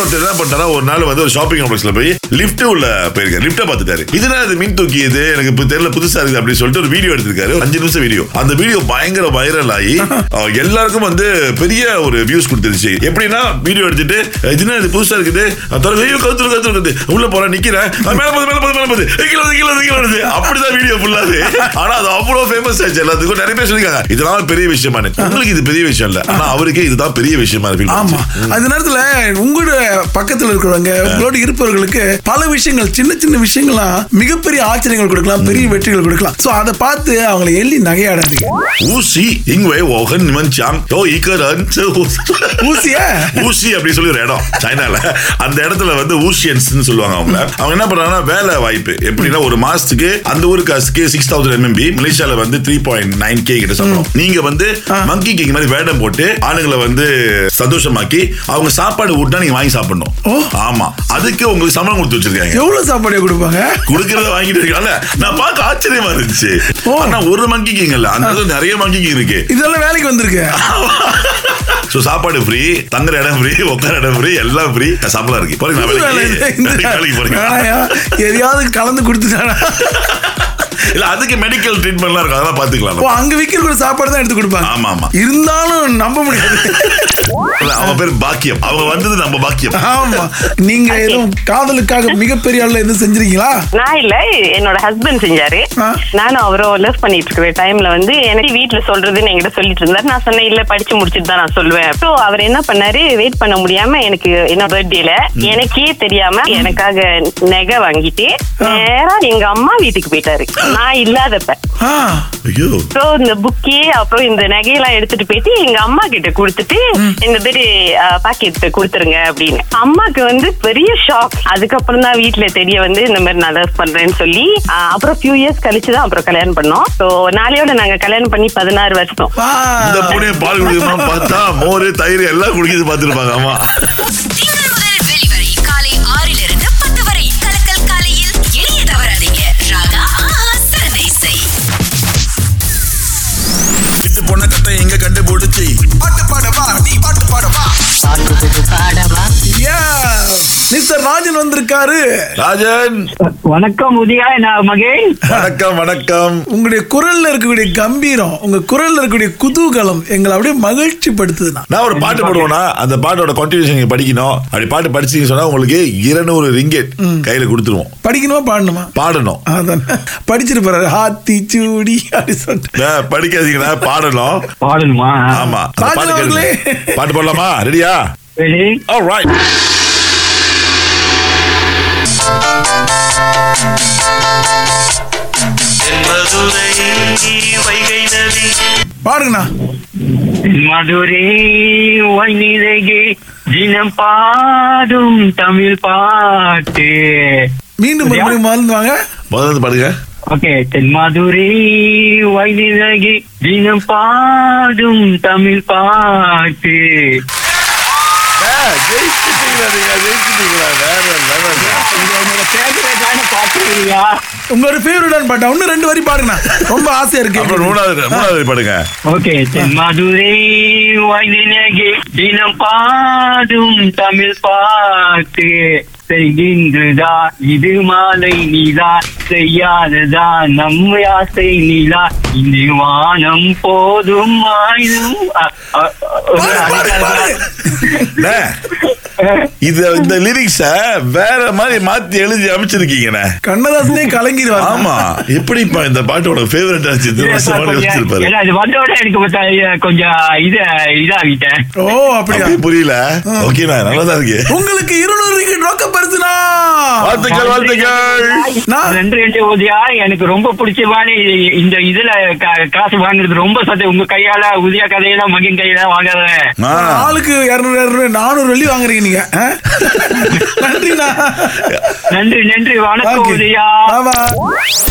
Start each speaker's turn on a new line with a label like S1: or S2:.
S1: ஒருத்தர் என்ன பண்ணா ஒரு நாள் வந்து ஒரு ஷாப்பிங் காம்ப்ளெக்ஸ்ல போய் லிஃப்ட் உள்ள போயிருக்காரு லிஃப்ட பார்த்துட்டாரு இதனால இது மின் தூக்கியது எனக்கு இப்ப தெரியல புதுசா இருக்கு அப்படின்னு சொல்லிட்டு ஒரு வீடியோ எடுத்திருக்காரு ஒரு அஞ்சு நிமிஷம் வீடியோ அந்த வீடியோ பயங்கர வைரல் ஆகி அஹ், எல்லாருக்கும் வந்து பெரிய ஒரு வியூஸ் கொடுத்துருச்சு எப்படின்னா வீடியோ எடுத்துட்டு இது என்ன இது புதுசா இருக்குது தொடர்ந்து ஐயோ கத்துரு கத்துரு கத்து உள்ள போறேன் நிக்கிறேன் அஹ், மேல போது மேல போது மேல போது ஏய், கீழே வந்து, கீழே வந்து, கீழே வந்து. அப்படிதான் வீடியோ ஃபுல்லாது ஆனா அது அவ்வளவு ஃபேமஸ் ஆச்சு எல்லாத்துக்கும் நிறைய பேர் சொல்லிருக்காங்க இதெல்லாம் பெரிய விஷயமானு உங்களுக்கு இது பெரிய விஷயம் இல்ல ஆனா அவருக்கு இதுதான் பெரிய விஷயமா
S2: ஆமா
S1: இருக்கு
S2: அந்த நேரத்துல உங்களோட பக்கத்துல இருக்கிறவங்க உங்களோட இருப்பவர்களுக்கு பல விஷயங்கள் சின்ன சின்ன விஷயங்கள்லாம் மிகப்பெரிய ஆச்சரியங்கள் கொடுக்கலாம் பெரிய வெற்றிகள் கொடுக்கலாம் சோ அதை பார்த்து அவங்களை எள்ளி நகையாடாதீங்க
S1: 无锡，因为我和你们讲，有一个人这无
S2: ஊசிய
S1: ஊசி அப்படின்னு சொல்லி ஒரு இடம் சைனால அந்த இடத்துல வந்து ஊசியன்ஸ் சொல்லுவாங்க அவங்க அவங்க என்ன பண்றாங்கன்னா வேலை வாய்ப்பு எப்படின்னா ஒரு மாசத்துக்கு அந்த ஊரு காசுக்கு சிக்ஸ் தௌசண்ட் எம்எம்பி மலேசியால வந்து த்ரீ பாயிண்ட் நைன் கே கிட்ட சம்பளம் நீங்க வந்து மங்கி கிங் மாதிரி வேடம் போட்டு ஆளுங்களை வந்து சந்தோஷமாக்கி அவங்க சாப்பாடு ஊட்டினா நீங்க வாங்கி சாப்பிடணும் ஆமா அதுக்கு உங்களுக்கு சம்பளம் கொடுத்து வச்சிருக்காங்க
S2: எவ்வளவு சாப்பாடு கொடுப்பாங்க
S1: குடுக்கறத வாங்கிட்டு இருக்காங்கல்ல நான் பார்க்க ஆச்சரியமா இருந்துச்சு
S2: ஓ.
S1: ஆனா ஒரு மங்கி கிங் இல்ல அந்த இடத்துல நிறைய மங்கி கிங் இருக்கு
S2: இதெல்லாம் வேலைக்கு வந்திருக்கு
S1: சோ சாப்பாடு ஃப்ரீ தங்குற இடம் ஃப்ரீ உட்கார இடம் ஃப்ரீ எல்லாம் ஃப்ரீ சம்பளம் இருக்கு போறீங்க நான்
S2: புது வேலை
S1: வேலைக்கு
S2: இது. இந்த
S1: வேலைக்கு போறீங்க
S2: வேலையா? எதையாவது கலந்து கொடுத்துட்டானா
S1: இல்ல அதுக்கு மெடிக்கல் ட்ரீட்மெண்ட்லாம் இருக்கும் அதெல்லாம் பாத்துக்கலாம்
S2: ஓ அங்க விக்கிற கூட சாப்பாடு தான் எடுத்து கொடுப்பாங்க
S1: ஆமா ஆமா
S2: இருந்தாலும் நம்ப முடியாது
S1: இல்ல, அவன் பேர் பாக்கியம் அவங்க வந்தது நம்ம பாக்கியம்
S2: ஆமா நீங்க எதுவும் காதலுக்காக மிகப்பெரிய ஆள்ல எதுவும் செஞ்சிருக்கீங்களா
S3: நான் இல்ல என்னோட ஹஸ்பண்ட் செஞ்சாரு
S2: ஆ.
S3: நானும் அவரும் லவ் பண்ணிட்டு இருக்கிற டைம்ல வந்து எனக்கு வீட்ல சொல்றதுன்னு என்கிட்ட சொல்லிட்டு இருந்தாரு நான் சொன்னேன் இல்ல படிச்சு முடிச்சிட்டு தான் நான் சொல்லுவேன் ஸோ அவர் என்ன பண்ணாரு வெயிட் பண்ண முடியாம எனக்கு என்ன பர்த்டேல எனக்கே தெரியாம எனக்காக நகை வாங்கிட்டு நேரா எங்க அம்மா வீட்டுக்கு போயிட்டாரு நான் இல்லாதப்ப
S2: ஆ,
S1: ஐயோ
S3: ஸோ இந்த புக்கே அப்புறம் இந்த நகையெல்லாம் எடுத்துட்டு போயிட்டு எங்க அம்மா கிட்ட கொடுத்துட்டு இந்த மாதிரி பாக்கெட் கொடுத்துருங்க அப்படின்னு அம்மாக்கு வந்து பெரிய ஷாக் அதுக்கப்புறம் தான் வீட்ல தெரிய வந்து இந்த மாதிரி நான் லவ் பண்றேன்னு சொல்லி ஆஹ், அப்புறம் ஃபியூ இயர்ஸ் கழிச்சு தான் அப்புறம் கல்யாணம் பண்ணோம் ஸோ நாளையோட நாங்க கல்யாணம் பண்ணி பதினாறு வருஷம்
S2: வா.
S1: இந்த பூனையை பால் குடிக்கணுமா பார்த்தா மோர் தயிர் எல்லாம் குடிக்கிறது பார்த்துருப்பாங்க ஆமா
S4: திங்கள் முதல் வெளிவரை காலை ஆறிலிருந்து பத்து வரை கலக்கல் காலையில் இணைய தவறாதீங்க ராகா ஆஹா, சிறந்த இசை
S5: விட்டு போன கட்டை எங்க கண்டுபிடிச்சி பாட்டு பாடவா நீ பாட்டு பாடவா
S2: Yeah. மிஸ்டர் ராஜன் வந்திருக்காரு
S1: ராஜன்
S6: வணக்கம் உதியா நான் மகேஷ்
S1: வணக்கம் வணக்கம்
S2: உங்களுடைய குரல்ல இருக்கக்கூடிய கம்பீரம் உங்க குரல்ல இருக்கக்கூடிய குதூகலம் எங்களை அப்படியே மகிழ்ச்சி படுத்துதுண்ணா
S1: நான் ஒரு பாட்டு போடுவேன்னா அந்த பாட்டோட கண்டினியூஷன் நீங்க படிக்கணும் அப்படி பாட்டு படிச்சீங்க சொன்னா உங்களுக்கு இருநூறு ரிங்கெட் கையில கொடுத்துருவோம்
S2: படிக்கணுமா பாடணுமா
S1: பாடணும்
S2: அதான் படிச்சிருப்பாரு ஹாத்தி சூடி அப்படி சொல்லிட்டு
S1: ஏ, படிக்காதீங்கடா பாடணும்
S6: பாடணுமா
S1: ஆமா அந்த
S2: ராஜா
S1: பாட்டு கேளுங்க.
S2: அவர்களே.
S1: பாட்டு போடலாமா ரெடியா
S6: சரி
S1: ஆல்ரைட்
S7: மதுரை வைகை நதி
S2: பாடுங்கண்ணா
S6: மதுரை வன்னிதகே தினம் பாடும் தமிழ் பாட்டு
S2: மீண்டும் ஒரு முறை மறந்து வாங்க
S1: முதல்ல இருந்து பாடுங்க
S6: ஓகே தென் மதுரை வைநிலகே தினம் பாடும் தமிழ் பாட்டு இது என்னோட ஃபேவரட்டான பாட்டு இல்லையா
S2: உங்களோட ஃபேவரட்டான பாட்டா இன்னும் ரெண்டு வரி பாடுங்கண்ணா ரொம்ப ஆசையா
S1: அப்புறம்
S2: இருக்கு
S1: மூணாவது மூணாவது வரி பாடுங்க
S6: ஓகே தென் மதுரை வாய்நிலகே தினம் பாடும் தமிழ் பாட்டு செய்கின்றதா இது மாலை நீதா செய்யாததா நம் ஆசை நீதா இது வானம் போதும் ஆயுதம் அ- அ-
S2: பாடு, பாடு, பாடு.
S1: அண்ணே, இது இந்த லிரிக்ஸ வேற மாதிரி மாத்தி எழுதி அமைச்சிருக்கீங்கண்ணே
S2: கண்ணதாசனே கலங்கிடுவாங்க
S1: ஆமா எப்படிப்பா இந்த பாட்டோட ஃபேவரட் ஆச்சு இந்த வருஷம் பாட யோசிச்சிருப்பாரு
S6: ஏன்னா, அது வந்தோட எனக்கு கொஞ்சம் கொஞ்சம் இது இதாகிட்டேன்
S2: ஓ அப்படியா
S1: அப்படியே புரியல ஓகேண்ணா நல்லா தான் இருக்கு
S2: உங்களுக்கு இருநூறு ரொக்க பரிசுனா
S1: வாழ்த்துக்கள் வாழ்த்துக்கள்
S2: நான்
S6: நன்றி என்று உதயா எனக்கு ரொம்ப பிடிச்சமான இ- இந்த இதுல கா- காசு வாங்குறது ரொம்ப சத்தம் உங்க கையால உதயா கதையெல்லாம் மகன் கையில வாங்குறேன்
S1: ஆ,
S2: ஆளுக்கு இரநூறு இரநூறு நானூறு வெள்ளி வாங்குறீங்க நீங்க ஆ? நன்றிண்ணா
S6: நன்றி நன்றி வணக்கம்
S2: Okay.
S6: Udaya
S2: Bye, bye.